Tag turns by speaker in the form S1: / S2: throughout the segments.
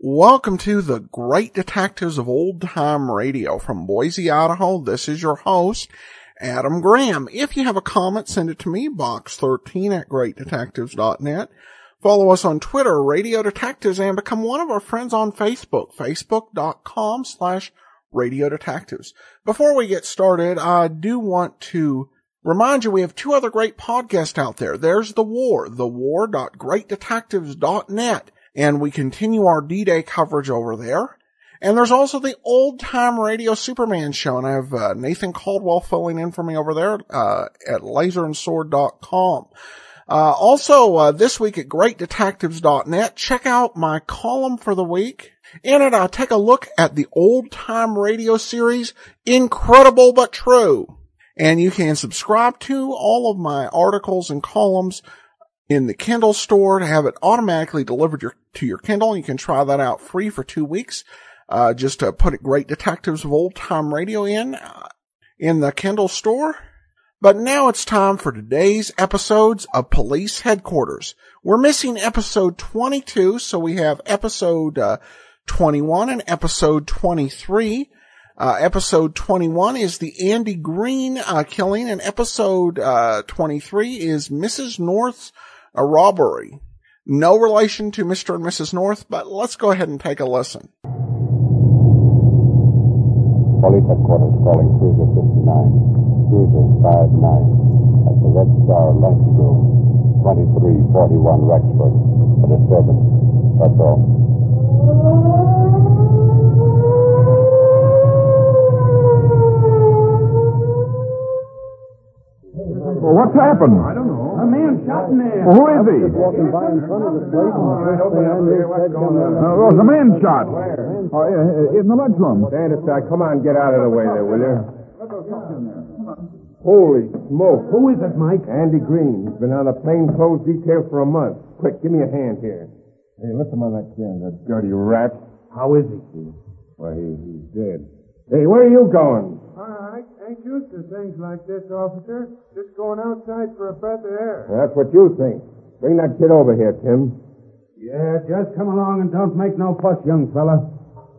S1: Welcome to the Great Detectives of Old Time Radio from Boise, Idaho. This is your host, Adam Graham. If you have a comment, send it to me, box13 at greatdetectives.net. Follow us on Twitter, Radio Detectives, and become one of our friends on Facebook, facebook.com slash Radio Detectives. Before we get started, I do want to remind you we have two other great podcasts out there. There's The War, thewar.greatdetectives.net and we continue our D-Day coverage over there. And there's also the old time radio Superman show, and I have uh, Nathan Caldwell filling in for me over there uh, at laserandsword.com. Uh, also, uh, this week at greatdetectives.net, check out my column for the week. In it, I take a look at the old time radio series, Incredible But True. And you can subscribe to all of my articles and columns in the Kindle store to have it automatically delivered your, to your Kindle. You can try that out free for two weeks. Uh, just to put it Great Detectives of Old Time Radio in, uh, in the Kindle store. But now it's time for today's episodes of Police Headquarters. We're missing episode 22, so we have episode uh, 21 and episode 23. Uh, episode 21 is the Andy Green uh, killing, and episode 23 is Mrs. North's a robbery. No relation to Mr. and Mrs. North, but let's go ahead and take a listen.
S2: Police headquarters calling Cruiser 59, Cruiser 59, at the Red Star lunch room, 2341 Rexford. A disturbance. That's all.
S3: Well, what's happened?
S4: I don't know.
S5: A man shot in there.
S3: Well, who is he?
S6: walking by in front of the place. and
S4: All right,
S6: first
S4: open
S6: thing
S4: up
S6: I knew,
S4: here. What's
S6: Ted
S4: going
S6: come
S4: on?
S6: in.
S3: Uh, well, it's a man shot.
S4: Where?
S3: Oh, yeah, yeah, in the lunchroom.
S4: Anderson, come on, get out of the way there, will you? Holy smoke. Who is it, Mike? Andy Green. He's been on the plainclothes detail for a month. Quick, give me a hand here. Hey, lift him on that can, that dirty rat. How is he? Well, he, he's dead. Hey, where are you going?
S7: I ain't used to things like this, officer. Just going outside for a breath of air.
S4: That's what you think. Bring that kid over here, Tim.
S5: Yeah, just come along and don't make no fuss, young fella.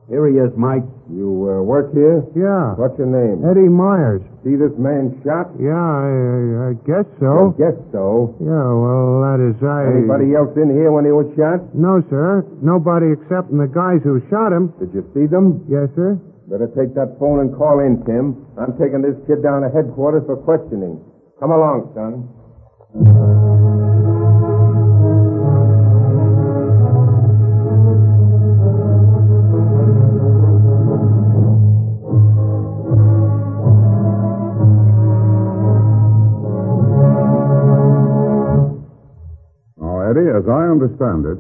S5: Here he is, Mike.
S4: You uh, work here?
S7: Yeah.
S4: What's your name?
S7: Eddie Myers.
S4: See this man shot?
S7: Yeah, I, I guess
S4: I
S7: so.
S4: guess so.
S7: Yeah, well, that is, I.
S4: Anybody else in here when he was shot?
S7: No, sir. Nobody except the guys who shot him.
S4: Did you see them?
S7: Yes, sir.
S4: Better take that phone and call in, Tim. I'm taking this kid down to headquarters for questioning. Come along, son.
S8: Now, Eddie, as I understand it,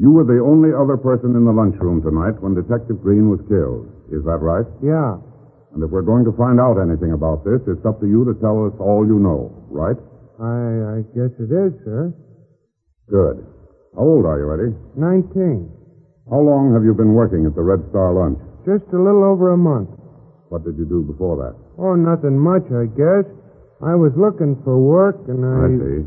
S8: you were the only other person in the lunchroom tonight when Detective Green was killed. Is that right?
S7: Yeah.
S8: And if we're going to find out anything about this, it's up to you to tell us all you know, right?
S7: I, I guess it is, sir.
S8: Good. How old are you, Eddie?
S7: 19.
S8: How long have you been working at the Red Star Lunch?
S7: Just a little over a month.
S8: What did you do before that?
S7: Oh, nothing much, I guess. I was looking for work, and I.
S8: I see.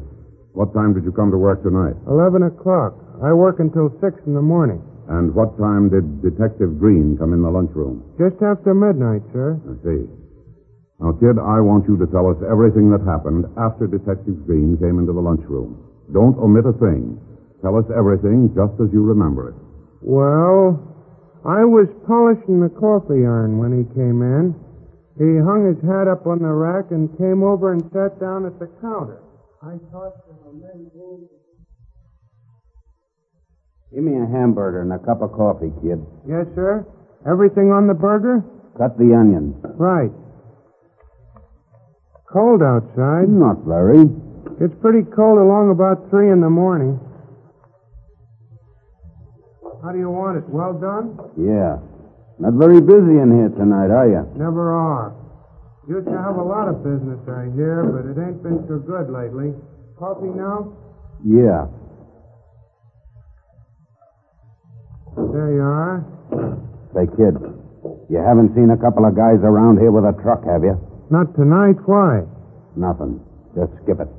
S8: What time did you come to work tonight?
S7: 11 o'clock. I work until 6 in the morning.
S8: And what time did Detective Green come in the lunchroom?
S7: Just after midnight, sir.
S8: I see. Now, kid, I want you to tell us everything that happened after Detective Green came into the lunchroom. Don't omit a thing. Tell us everything just as you remember it.
S7: Well, I was polishing the coffee urn when he came in. He hung his hat up on the rack and came over and sat down at the counter. I thought there were men who-
S2: Give me a hamburger and a cup of coffee, kid.
S7: Yes, sir? Everything on the burger?
S2: Cut the onion.
S7: Right. Cold outside.
S2: Not very.
S7: It's pretty cold along about 3 in the morning. How do you want it? Well done?
S2: Yeah.
S9: Not very busy in here tonight, are you?
S7: Never are. Used to have a lot of business, I hear, but it ain't been so good lately. Coffee now?
S9: Yeah.
S7: There you are.
S9: Say, kid, you haven't seen a couple of guys around here with a truck, have you?
S7: Not tonight. Why?
S9: Nothing. Just skip it.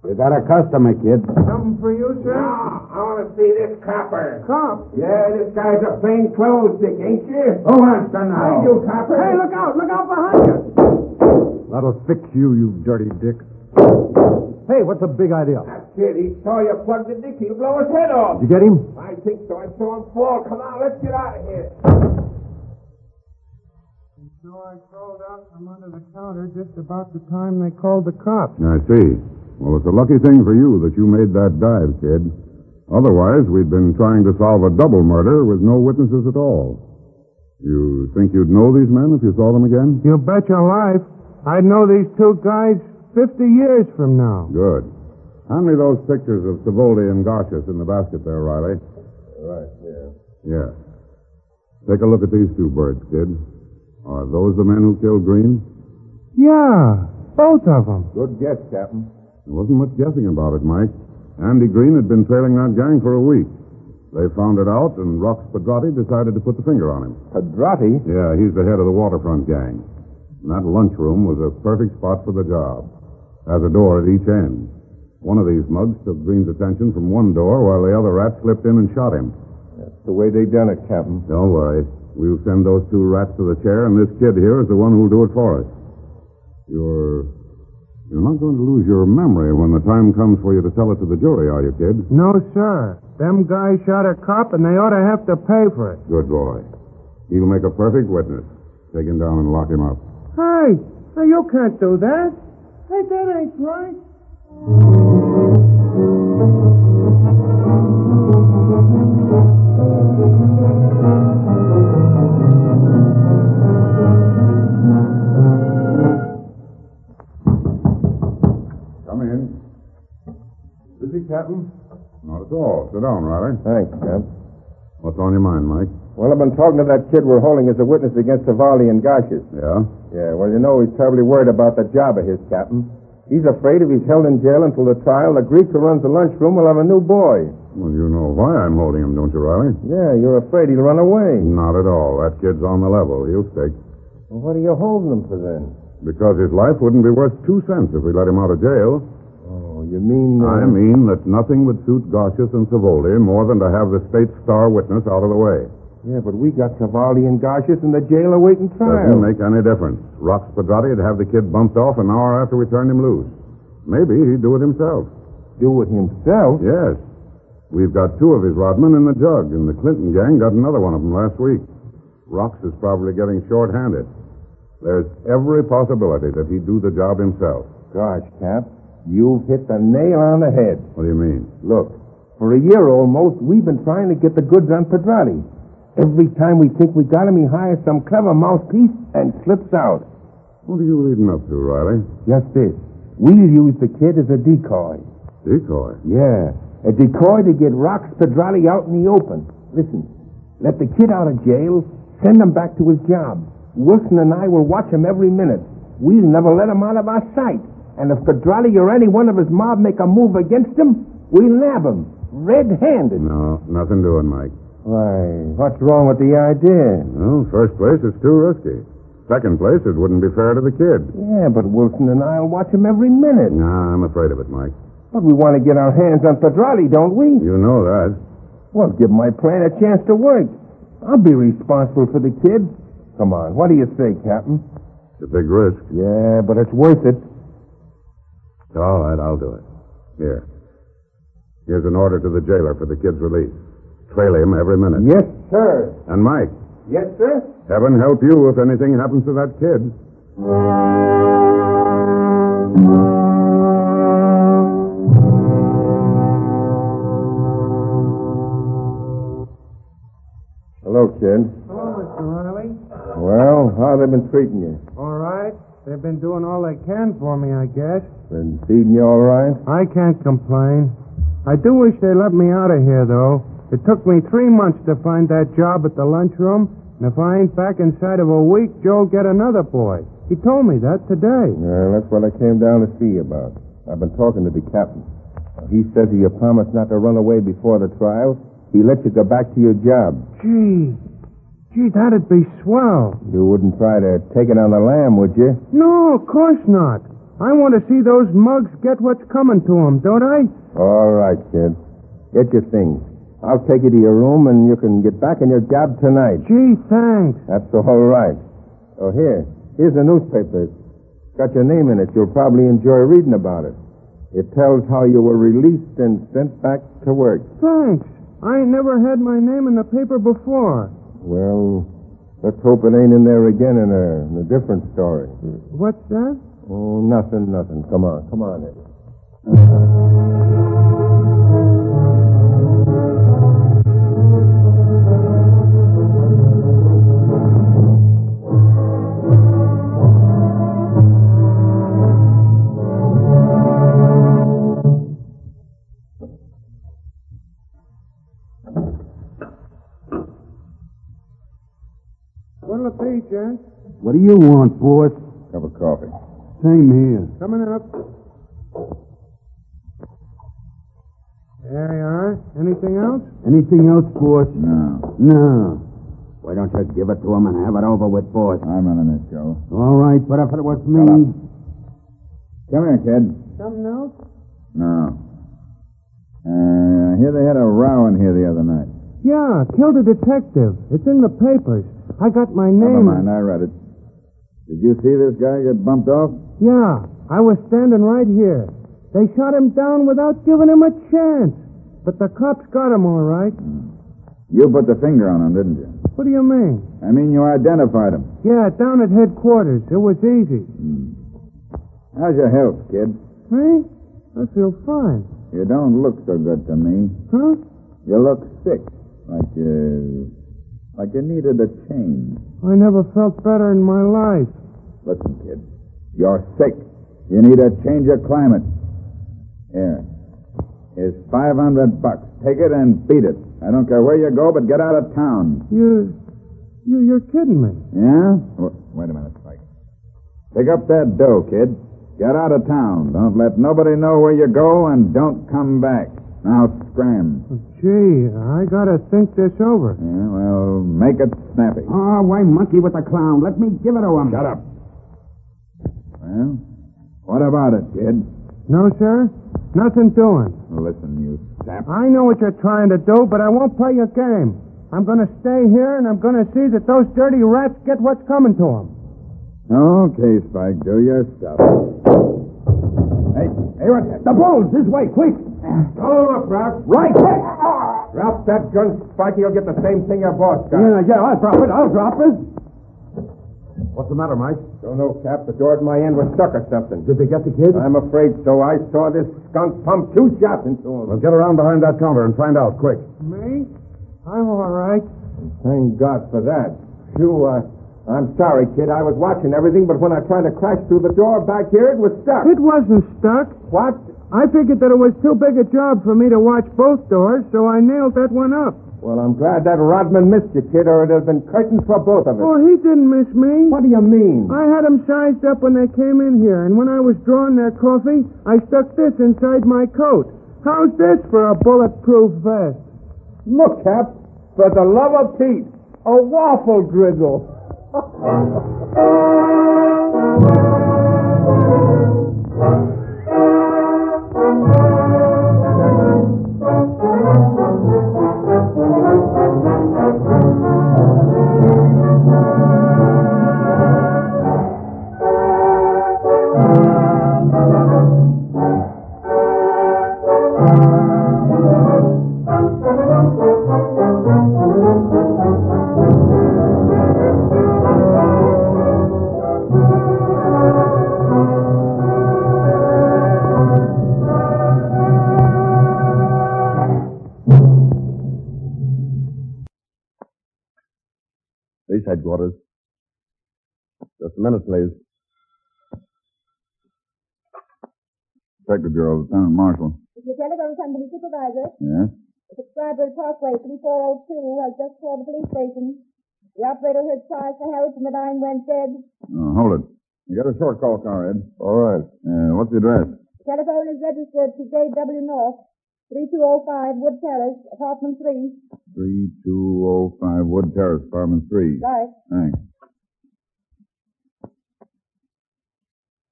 S9: We got a customer, kid.
S7: Something for you, sir?
S10: I want to see this copper.
S7: Cop.
S10: Yeah, this guy's a plain clothes dick, ain't you? Who wants to know? Hey, you copper.
S7: Hey, look out. Look out behind you.
S11: That'll fix you, you dirty dick. Hey, what's the big idea?
S10: Shit, he saw you plug the dick. He'll blow his head off.
S11: You get him?
S10: I think so. I saw him fall. Come on, let's get out of here.
S7: So I crawled out from under the counter just about the time they called the cops.
S12: I see. Well, it's a lucky thing for you that you made that dive, kid. Otherwise, we'd been trying to solve a double murder with no witnesses at all. You think you'd know these men if you saw them again?
S7: You bet your life. I'd know these two guys 50 years from now.
S12: Good. Hand me those pictures of Savoldi and Garcius in the basket there, Riley.
S4: Right, yeah.
S12: Yeah. Take a look at these two birds, kid. Are those the men who killed Green?
S7: Yeah, both of them.
S4: Good guess, Captain.
S12: There wasn't much guessing about it, Mike. Andy Green had been trailing that gang for a week. They found it out, and Rox Pedrati decided to put the finger on him.
S4: Pedrati?
S12: Yeah, he's the head of the waterfront gang. And that lunchroom was a perfect spot for the job. Has a door at each end. One of these mugs took Green's attention from one door while the other rat slipped in and shot him.
S4: That's the way they done it, Captain.
S12: Don't worry. We'll send those two rats to the chair, and this kid here is the one who'll do it for us. You're. You're not going to lose your memory when the time comes for you to tell it to the jury, are you, kid?
S7: No, sir. Them guys shot a cop, and they ought to have to pay for it.
S12: Good boy. He'll make a perfect witness. Take him down and lock him up.
S7: Hey, hey you can't do that. Hey, that ain't right.
S12: Come in. Busy, Captain? Not at all. Sit down, Riley.
S4: Thanks, Cap.
S12: What's on your mind, Mike?
S4: Well, I've been talking to that kid we're holding as a witness against Savali and Gashis.
S12: Yeah?
S4: Yeah, well, you know, he's terribly worried about that job of his, Captain. He's afraid if he's held in jail until the trial, the Greek who runs the lunchroom will have a new boy.
S12: Well, you know why I'm holding him, don't you, Riley?
S4: Yeah, you're afraid he'll run away.
S12: Not at all. That kid's on the level. He'll stick.
S4: Well, what are you holding him for then?
S12: Because his life wouldn't be worth two cents if we let him out of jail.
S4: Oh, you mean.
S12: I mean that nothing would suit Gossius and Savoldi more than to have the state's star witness out of the way.
S4: Yeah, but we got Cavalli and Garcius in the jail awaiting trial.
S12: Doesn't make any difference. Rox Pedrati would have the kid bumped off an hour after we turned him loose. Maybe he'd do it himself.
S4: Do it himself?
S12: Yes. We've got two of his rodmen in the jug, and the Clinton gang got another one of them last week. Rox is probably getting short-handed. There's every possibility that he'd do the job himself.
S4: Gosh, Cap, you've hit the nail on the head.
S12: What do you mean?
S4: Look, for a year almost, we've been trying to get the goods on Pedrati. Every time we think we got him, he hires some clever mouthpiece and slips out.
S12: What are you leading up to, Riley?
S4: Just this. We'll use the kid as a decoy.
S12: Decoy?
S4: Yeah, a decoy to get Rox Pedrati out in the open. Listen, let the kid out of jail, send him back to his job. Wilson and I will watch him every minute. We'll never let him out of our sight. And if Pedrati or any one of his mob make a move against him, we'll nab him, red-handed.
S12: No, nothing doing, Mike.
S4: Why, what's wrong with the idea?
S12: Well, first place, it's too risky. Second place, it wouldn't be fair to the kid.
S4: Yeah, but Wilson and I'll watch him every minute.
S12: Nah, I'm afraid of it, Mike.
S4: But we want to get our hands on Pedrati, don't we?
S12: You know that.
S4: Well, give my plan a chance to work. I'll be responsible for the kid. Come on, what do you say, Captain?
S12: It's a big risk.
S4: Yeah, but it's worth it.
S12: All right, I'll do it. Here. Here's an order to the jailer for the kid's release. Trail him every minute.
S4: Yes, sir.
S12: And Mike,
S4: Yes, sir.
S12: heaven help you if anything happens to that kid.
S4: Hello, kid.
S7: Hello, Mr. Riley.
S4: Well, how they been treating you?
S7: All right. They've been doing all they can for me, I guess.
S4: Been feeding you all right?
S7: I can't complain. I do wish they let me out of here, though. It took me three months to find that job at the lunchroom, and if I ain't back inside of a week, Joe'll get another boy. He told me that today.
S4: Yeah, Uh, that's what I came down to see you about. I've been talking to the captain. He says if you promised not to run away before the trial, he lets you go back to your job.
S7: Gee, gee, that'd be swell.
S4: You wouldn't try to take it on the lamb, would you?
S7: No, of course not. I want to see those mugs get what's coming to 'em, don't I?
S4: All right, kid. Get your things. I'll take you to your room and you can get back on your job tonight.
S7: Gee, thanks.
S4: That's all right. Oh, here. Here's a newspaper. It's got your name in it. You'll probably enjoy reading about it. It tells how you were released and sent back to work.
S7: Thanks. I ain't never had my name in the paper before.
S4: Well, let's hope it ain't in there again in a, in a different story.
S7: What's that?
S4: Oh, nothing, nothing. Come on, come on, Eddie.
S7: What'll it be, gents?
S13: What do you want, boss?
S4: Cup of coffee.
S13: Same here.
S7: Coming up. There you are. Anything else?
S13: Anything else, boss?
S12: No.
S13: No. Why don't you give it to him and have it over with, boss?
S12: I'm running this show.
S13: All right, but if it was me.
S12: Come here, kid.
S7: Something else?
S12: No. Uh, I hear they had a row in here the other night.
S7: Yeah, killed a detective. It's in the papers. I got my name.
S12: Never mind, I read it. Did you see this guy get bumped off?
S7: Yeah, I was standing right here. They shot him down without giving him a chance. But the cops got him all right.
S12: You put the finger on him, didn't you?
S7: What do you mean?
S12: I mean, you identified him.
S7: Yeah, down at headquarters. It was easy.
S12: How's your health, kid?
S7: Me? I feel fine.
S12: You don't look so good to me.
S7: Huh?
S12: You look sick, like you, like you needed a change.
S7: I never felt better in my life.
S12: Listen, kid, you're sick. You need a change of climate. Here, here's five hundred bucks. Take it and beat it. I don't care where you go, but get out of town.
S7: You, you, you're kidding me.
S12: Yeah? W- Wait a minute, Spike. Pick up that dough, kid. Get out of town. Don't let nobody know where you go, and don't come back. Now scram.
S7: Gee, I gotta think this over.
S12: Yeah, well, make it snappy.
S13: Oh, why monkey with the clown? Let me give it to him.
S12: Shut up. Well, what about it, kid?
S7: No, sir. Nothing doing.
S12: Listen, you sap.
S7: I know what you're trying to do, but I won't play your game. I'm going to stay here and I'm going to see that those dirty rats get what's coming to them.
S12: Okay, Spike, do your stuff. Hey, hey, what's that?
S14: The bulls, this way, quick.
S4: Hold up, Rock.
S14: Right.
S4: Drop that gun, Spike. You'll get the same thing your boss got.
S14: Yeah, yeah, I'll drop it. I'll drop it.
S4: What's the matter, Mike? Don't know, Cap. The door at my end was stuck or something.
S14: Did they get the kid?
S4: I'm afraid so. I saw this skunk pump two shots into him.
S14: Well, get around behind that counter and find out, quick.
S7: Me? I'm all right.
S4: Thank God for that. Phew, uh, I'm sorry, kid. I was watching everything, but when I tried to crash through the door back here, it was stuck.
S7: It wasn't stuck.
S4: What?
S7: I figured that it was too big a job for me to watch both doors, so I nailed that one up.
S4: Well, I'm glad that Rodman missed you, kid, or it has been curtains for both of us.
S7: Oh, he didn't miss me.
S4: What do you mean?
S7: I had 'em sized up when they came in here, and when I was drawing their coffee, I stuck this inside my coat. How's this for a bulletproof vest?
S4: Look, Cap, for the love of Pete, a waffle drizzle.
S8: Police headquarters. Just a minute, please. Detective Bureau, Lieutenant Marshal.
S15: Is your telephone company supervisor?
S8: Yes?
S15: It's Strawberry Parkway, 3402. I just called the police station. The operator heard cries for help and the nine went dead.
S12: Uh, hold it. You got a short call, Conrad. All right. Uh, what's the address?
S15: Telephone is registered to J.W. North, 3205 Wood Terrace, apartment 3.
S12: 3205 Wood Terrace, apartment 3.
S15: Right.
S12: Thanks.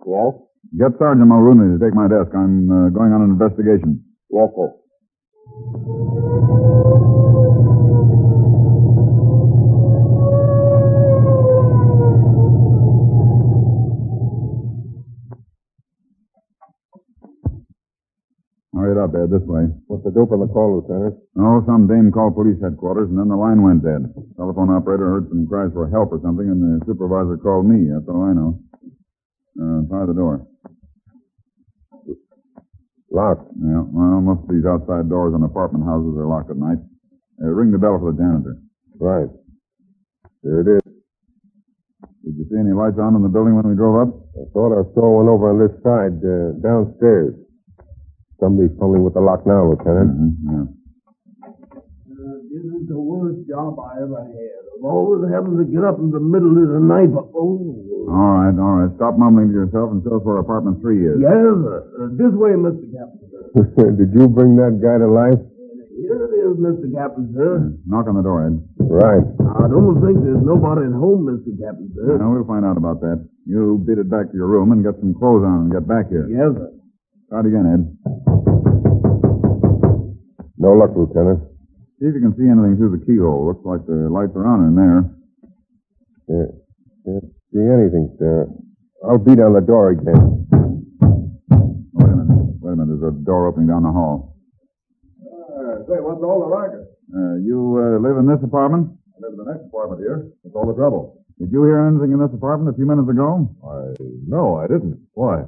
S16: Yes?
S12: Get Sergeant Mulrooney to take my desk. I'm uh, going on an investigation.
S16: Yes, sir.
S12: Hurry it up, Ed, this way.
S4: What's the dope on the call, Lieutenant?
S12: No, some dame called police headquarters, and then the line went dead. Telephone operator heard some cries for help or something, and the supervisor called me. That's all I know. Uh, try the door.
S4: Locked.
S12: Yeah, well, most of these outside doors on apartment houses are locked at night. Uh, ring the bell for the janitor.
S4: Right. There it is.
S12: Did you see any lights on in the building when we drove up?
S4: I thought I saw one over on this side, uh, downstairs. Somebody's fumbling with the lock now, Lieutenant.
S12: Mm-hmm, yeah.
S17: Uh, this is the worst job I ever had. Of always having to get up in the middle of the night. But, oh,
S12: All right, all right. Stop mumbling to yourself and tell us where apartment three is.
S17: yes, sir. Uh, this way, Mr. Captain.
S4: Did you bring that guy to life?
S17: Here it is, Mr. Captain, sir.
S12: Knock on the door, Ed.
S4: Right.
S17: I don't think there's nobody at home, Mr. Captain, sir.
S12: Now, we'll find out about that. You beat it back to your room and get some clothes on and get back here.
S17: Yes, sir.
S12: Start again, Ed.
S4: No luck, Lieutenant.
S12: See if you can see anything through the keyhole. Looks like the lights are on in there.
S4: Yeah. Can't see anything, sir. I'll beat on the door again.
S12: Wait a minute. Wait a minute. There's a door opening down the hall.
S18: Uh, say, what's all the racket?
S12: Uh, you uh, live in this apartment?
S18: I live in the next apartment here. What's all the trouble?
S12: Did you hear anything in this apartment a few minutes ago?
S18: I no, I didn't. Why?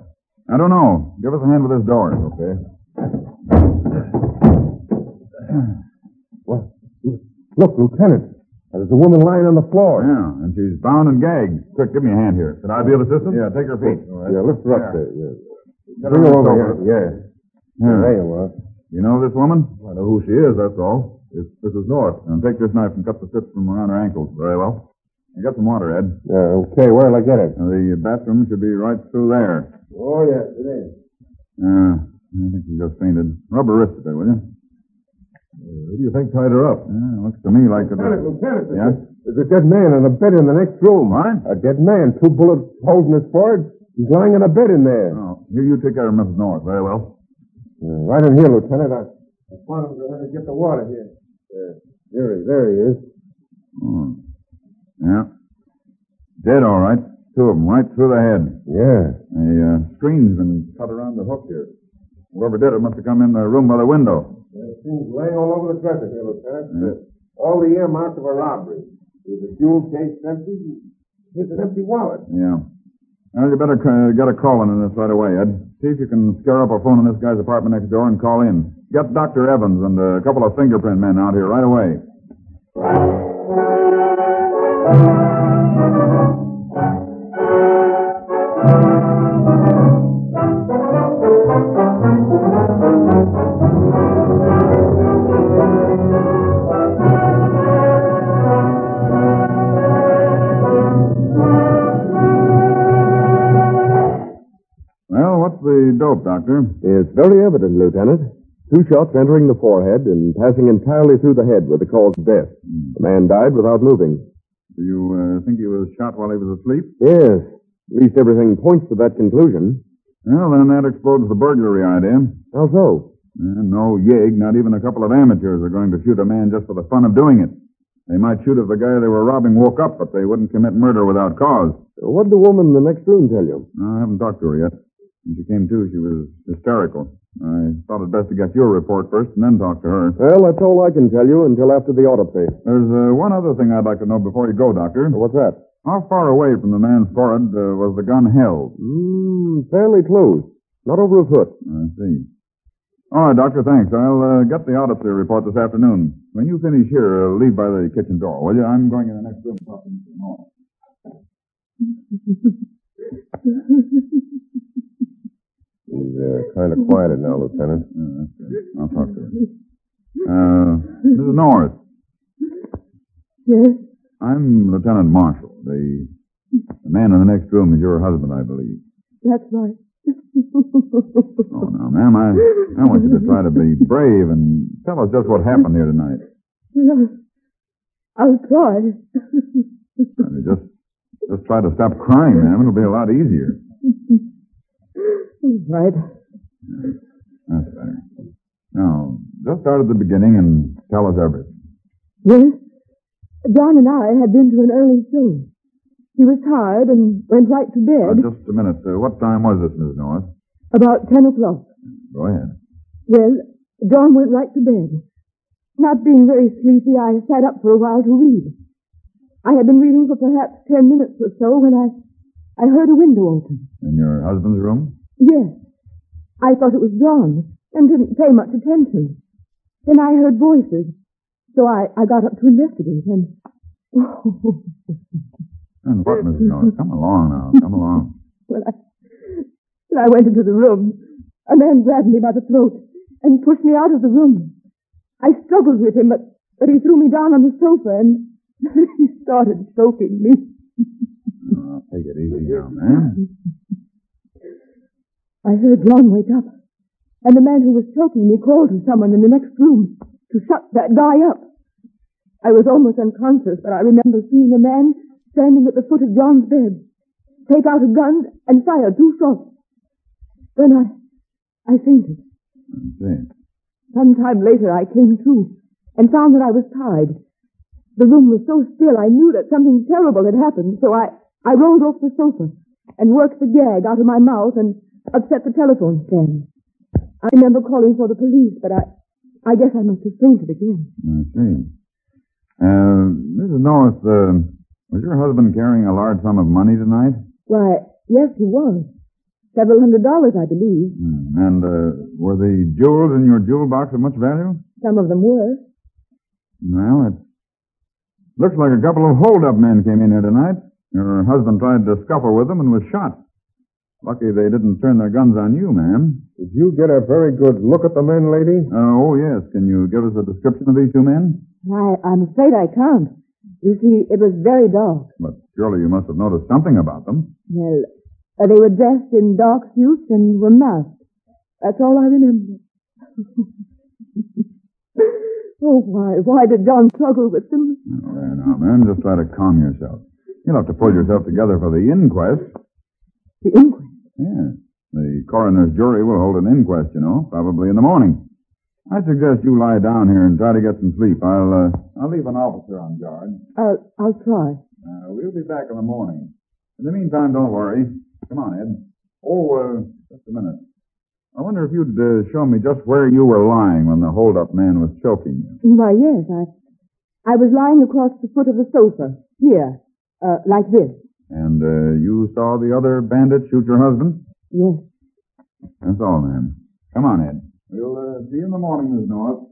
S12: I don't know. Give us a hand with this door.
S18: Okay.
S4: What? Look, Lieutenant. There's a woman lying on the floor.
S12: Yeah, and she's bound and gagged. Quick, give me a hand here. Can I be of assistance? Yeah, take her feet.
S4: All right. Yeah, lift her up there.
S12: There.
S4: Yeah.
S12: Get
S4: Bring her over
S12: Yeah.
S4: here. Yeah. There you are.
S12: You know this woman?
S18: I know who she is, that's all. It's Mrs. North.
S12: Now take this knife and cut the strips from around her ankles. Very well. I got some water, Ed.
S4: Yeah, Uh, okay, where'll I get it?
S12: Now, the bathroom should be right through there.
S18: Oh, yes, it is.
S12: Uh, I think she just fainted. Rub her wrist a bit, will you?
S18: Who do you think tied her up?
S12: Yeah, looks to me like it.
S18: Lieutenant, Lieutenant, this
S12: Yeah?
S4: There's a dead man on a bed in the next room.
S12: What?
S4: A dead man. Two bullet holes in his forehead. He's lying on a bed in there.
S12: Oh, you, you take care of Mrs. North. Very well.
S19: Mm,
S4: Yeah, right in here, Lieutenant. I...
S5: One of them going to get the water here.
S4: There, he, there he is.
S12: Hmm. Yeah. Dead, all right. Two of them, right through the head.
S4: Yeah.
S12: The uh, screen's been cut around the hook here. Whoever did it must have come in the room by the window.
S5: There things laying all over the dresser here, Lieutenant. All the earmarks of a robbery. There's a jewel case empty. Here's an empty wallet.
S12: Yeah. Well, you better uh, get a call in on this right away, Ed. See if you can scare up a phone in this guy's apartment next door and call in. Get Dr. Evans and a couple of fingerprint men out here right away. Well, what's the dope, Doctor?
S19: It's very evident, Lieutenant. Two shots entering the forehead and passing entirely through the head were the cause of death. The man died without moving.
S12: Do you uh, think he was shot while he was asleep?
S19: Yes. At least everything points to that conclusion.
S12: Well, then that explodes the burglary idea.
S19: How so?
S12: Uh, no yig, not even a couple of amateurs are going to shoot a man just for the fun of doing it. They might shoot if the guy they were robbing woke up, but they wouldn't commit murder without cause.
S19: What did the woman in the next room tell you?
S12: No, I haven't talked to her yet. When she came to, she was hysterical. I thought it best to get your report first and then talk to her.
S19: Well, that's all I can tell you until after the autopsy.
S12: There's uh, one other thing I'd like to know before you go, Doctor.
S19: What's that?
S12: How far away from the man's forehead uh, was the gun held?
S19: Hmm, fairly close. Not over a foot.
S12: I see. All right, Doctor, thanks. I'll uh, get the autopsy report this afternoon. When you finish here, uh, leave by the kitchen door, will you? I'm going in the next room to talk to Mr. Moore.
S4: He's uh, kind of quieted now, Lieutenant.
S12: Yeah, that's good. I'll talk to her. Uh, Mrs. Norris,
S7: Yes,
S12: I'm Lieutenant Marshall. The, the man in the next room is your husband, I believe.
S7: that's right.
S12: Oh, now, ma'am, I, I want you to try to be brave and tell us just what happened here tonight.
S7: Well, I'll try.
S12: I mean, just, just try to stop crying, ma'am. It'll be a lot easier.
S7: All right.
S12: That's better. Now, just start at the beginning and tell us everything.
S7: Yes. John and I had been to an early show. He was tired and went right to
S12: Uh,
S7: bed
S12: just a minute. Uh, what time was this, Miss Norris?
S7: about 10 o'clock.
S12: Go ahead.
S7: Well, John went right to bed. Not being very sleepy, I sat up for a while to read. I had been reading for perhaps 10 minutes or so when I, I heard a window open.
S12: In your husband's room?
S7: Yes. I thought it was John and didn't pay much attention. Then I heard voices, so I, I got up to investigate and... Oh,
S12: And what, Mrs. Norris? Come along now. Come along.
S7: well, I, well, I went into the room. A man grabbed me by the throat and pushed me out of the room. I struggled with him, but, but he threw me down on the sofa and he started choking me.
S12: Now, take it easy now, ma'am.
S7: I heard John wake up, and the man who was choking me called to someone in the next room to shut that guy up. I was almost unconscious, but I remember seeing a man standing at the foot of John's bed, take out a gun and fire two shots. Then I, I fainted.
S12: See.
S7: Some time later I came to and found that I was tied. The room was so still I knew that something terrible had happened, so I, I rolled off the sofa and worked the gag out of my mouth and upset the telephone stand. I remember calling for the police, but I, I guess I must have fainted again.
S12: I see. Uh, Mrs. Norris, uh, was your husband carrying a large sum of money tonight?
S7: Why, yes, he was. Several hundred dollars, I believe.
S12: Hmm. And uh, were the jewels in your jewel box of much value?
S7: Some of them were.
S12: Well, it looks like a couple of hold-up men came in here tonight. Your husband tried to scuffle with them and was shot. Lucky they didn't turn their guns on you, ma'am.
S4: Did you get a very good look at the men, lady?
S12: Uh, oh, yes. Can you give us a description of these two men?
S7: I, I'm afraid I can't. You see, it was very dark.
S12: But surely you must have noticed something about them.
S7: Well, uh, they were dressed in dark suits and were masked. That's all I remember. oh, why, why did John struggle with them?
S12: Well, there now, ma'am. Just try to calm yourself. You'll have to pull yourself together for the inquest.
S7: The inquest?
S12: Yeah. The coroner's jury will hold an inquest, you know, probably in the morning. I suggest you lie down here and try to get some sleep. I'll, uh, I'll leave an officer on guard.
S7: I'll, I'll try.
S12: Uh, we'll be back in the morning. In the meantime, don't worry. Come on, Ed. Oh, uh, just a minute. I wonder if you'd uh, show me just where you were lying when the hold-up man was choking you.
S7: Why, yes, I, I was lying across the foot of the sofa, here, uh, like this.
S12: And uh, you saw the other bandit shoot your husband?
S7: Yes.
S12: That's all, ma'am. Come on, Ed. We'll uh, see you in the morning, Miss North.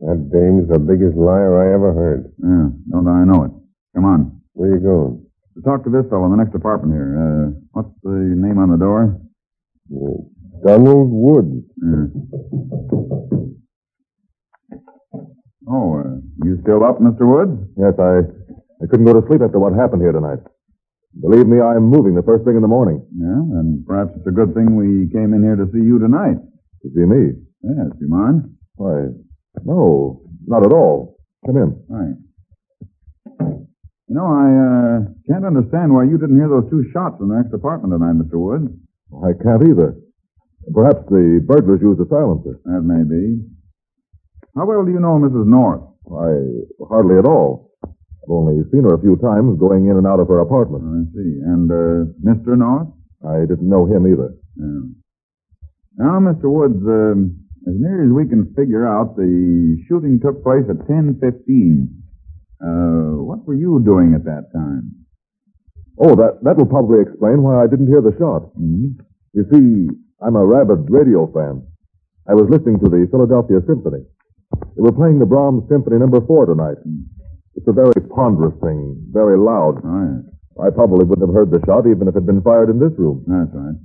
S4: That dame's the biggest liar I ever heard.
S12: Yeah, don't I know it. Come on.
S4: Where you going?
S12: To talk to this fellow in the next apartment here. Uh, what's the name on the door? Mm.
S4: Donald Wood.
S12: Oh, uh, you still up, Mr. Wood?
S20: Yes, I, I couldn't go to sleep after what happened here tonight. Believe me, I'm moving the first thing in the morning.
S12: Yeah, then perhaps it's a good thing we came in here to see you tonight.
S20: To see me?
S12: Yes, do you mind?
S20: Why, no, not at all. Come in.
S12: Right. You know, I uh, can't understand why you didn't hear those two shots in the next apartment tonight, Mr. Wood.
S20: I can't either. Perhaps the burglars used a silencer.
S12: That may be. How well do you know Mrs. North?
S20: I hardly at all. I've only seen her a few times going in and out of her apartment.
S12: I see. And uh, Mr. North?
S20: I didn't know him either.
S12: Yeah. Now, Mr. Woods, um, as near as we can figure out, the shooting took place at 10.15. Uh, what were you doing at that time?
S20: Oh, that, that will probably explain why I didn't hear the shot.
S12: Mm-hmm.
S20: You see, I'm a rabid radio fan. I was listening to the Philadelphia Symphony. They were playing the Brahms Symphony number four tonight.
S12: Mm.
S20: It's a very ponderous thing, very loud.
S12: Oh, yeah.
S20: I probably wouldn't have heard the shot even if it had been fired in this room.
S12: That's right.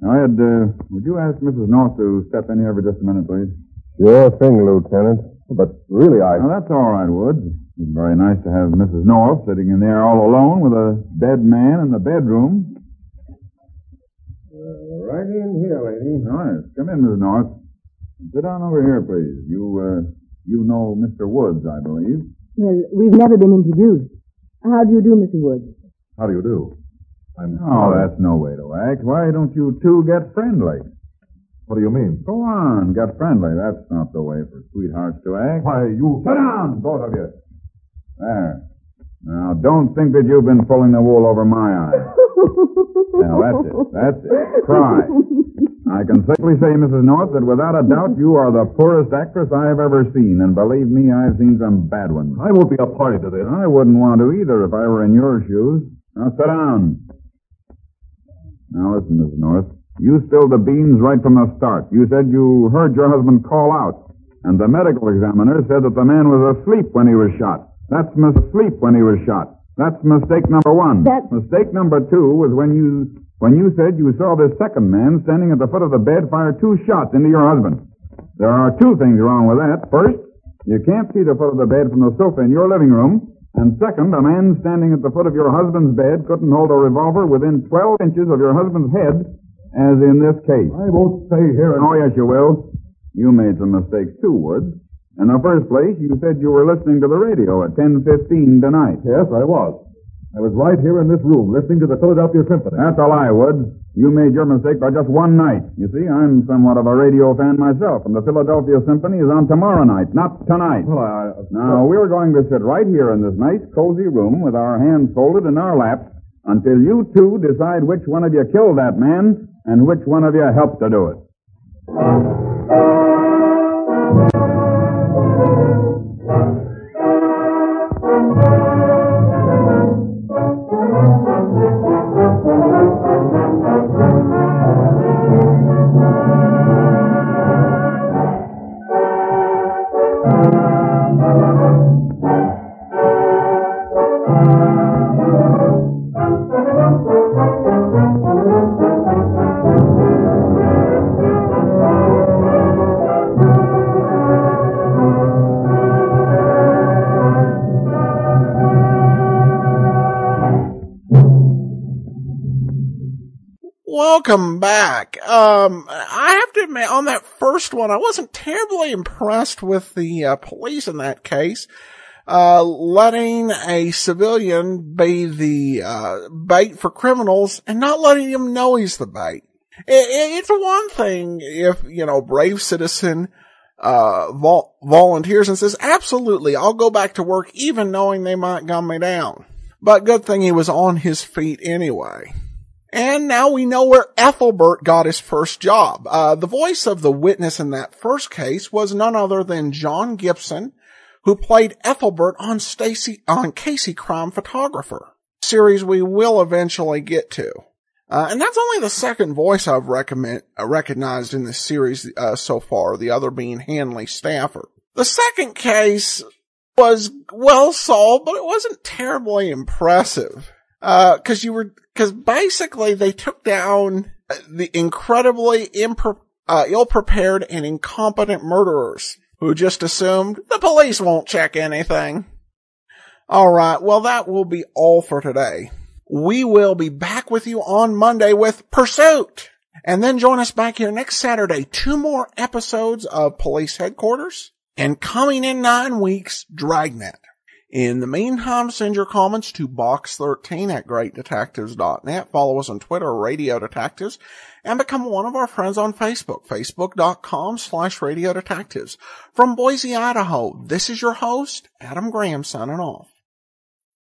S12: Now, Ed, uh, would you ask Mrs. North to step in here for just a minute, please?
S18: Sure thing, Lieutenant. But really, I.
S12: Now, that's all right, Woods. It's very nice to have Mrs. North sitting in there all alone with a dead man in the bedroom.
S5: Right in here, lady.
S12: All right, come in, Mrs. North. Sit down over here, please. You, uh, you know Mr. Woods, I believe.
S16: Well, we've never been introduced. How do you do, Mr. Woods?
S12: How do you do? I'm. Oh, that's no way to act. Why don't you two get friendly?
S18: What do you mean?
S12: Go on, get friendly. That's not the way for sweethearts to act.
S18: Why, you.
S12: Sit down, both of you. There. Now, don't think that you've been pulling the wool over my eyes. now, that's it. That's it. Cry. I can safely say, Mrs. North, that without a doubt you are the poorest actress I have ever seen, and believe me, I've seen some bad ones.
S18: I won't be a party to this.
S12: I wouldn't want to either if I were in your shoes. Now, sit down. Now, listen, Mrs. North. You spilled the beans right from the start. You said you heard your husband call out, and the medical examiner said that the man was asleep when he was shot. That's asleep when he was shot. That's mistake number one.
S16: That-
S12: Mistake number two was when you when you said you saw this second man standing at the foot of the bed fire two shots into your husband. There are two things wrong with that. First, you can't see the foot of the bed from the sofa in your living room. And second, a man standing at the foot of your husband's bed couldn't hold a revolver within 12 inches of your husband's head, as in this case.
S18: I won't stay here and.
S12: Oh, yes, you will. You made some mistakes too, Woods. In the first place, you said you were listening to the radio at 10.15 tonight.
S18: Yes, I was. I was right here in this room listening to the Philadelphia Symphony.
S12: That's a lie, Woods. You made your mistake by just one night. You see, I'm somewhat of a radio fan myself, and the Philadelphia Symphony is on tomorrow night, not tonight.
S18: Well, I.
S12: Now, we're going to sit right here in this nice, cozy room with our hands folded in our laps until you two decide which one of you killed that man and which one of you helped to do it.
S1: Welcome back. Um, I have to admit, on that first one, I wasn't terribly impressed with the uh, police in that case. Uh, letting a civilian be the uh, bait for criminals and not letting him know he's the bait. It, it, it's one thing if, you know, brave citizen uh, vol- volunteers and says, absolutely, I'll go back to work even knowing they might gun me down. But good thing he was on his feet anyway. And now we know where Ethelbert got his first job. Uh, the voice of the witness in that first case was none other than John Gibson, who played Ethelbert on Stacy on Casey Crime Photographer series we will eventually get to. Uh, and that's only the second voice I've recommend, uh, recognized in this series uh, so far, the other being Hanley Stafford. The second case was well solved, but it wasn't terribly impressive because you were because basically they took down the incredibly imper- uh, ill-prepared and incompetent murderers who just assumed the police won't check anything. All right, well that will be all for today. We will be back with you on Monday with Pursuit. And then join us back here next Saturday. Two more episodes of Police Headquarters and coming in nine weeks, Dragnet. In the meantime, send your comments to box13 at greatdetectives.net. Follow us on Twitter, Radio Detectives, and become one of our friends on Facebook, facebook.com slash radio detectives. From Boise, Idaho, this is your host, Adam Graham, signing off.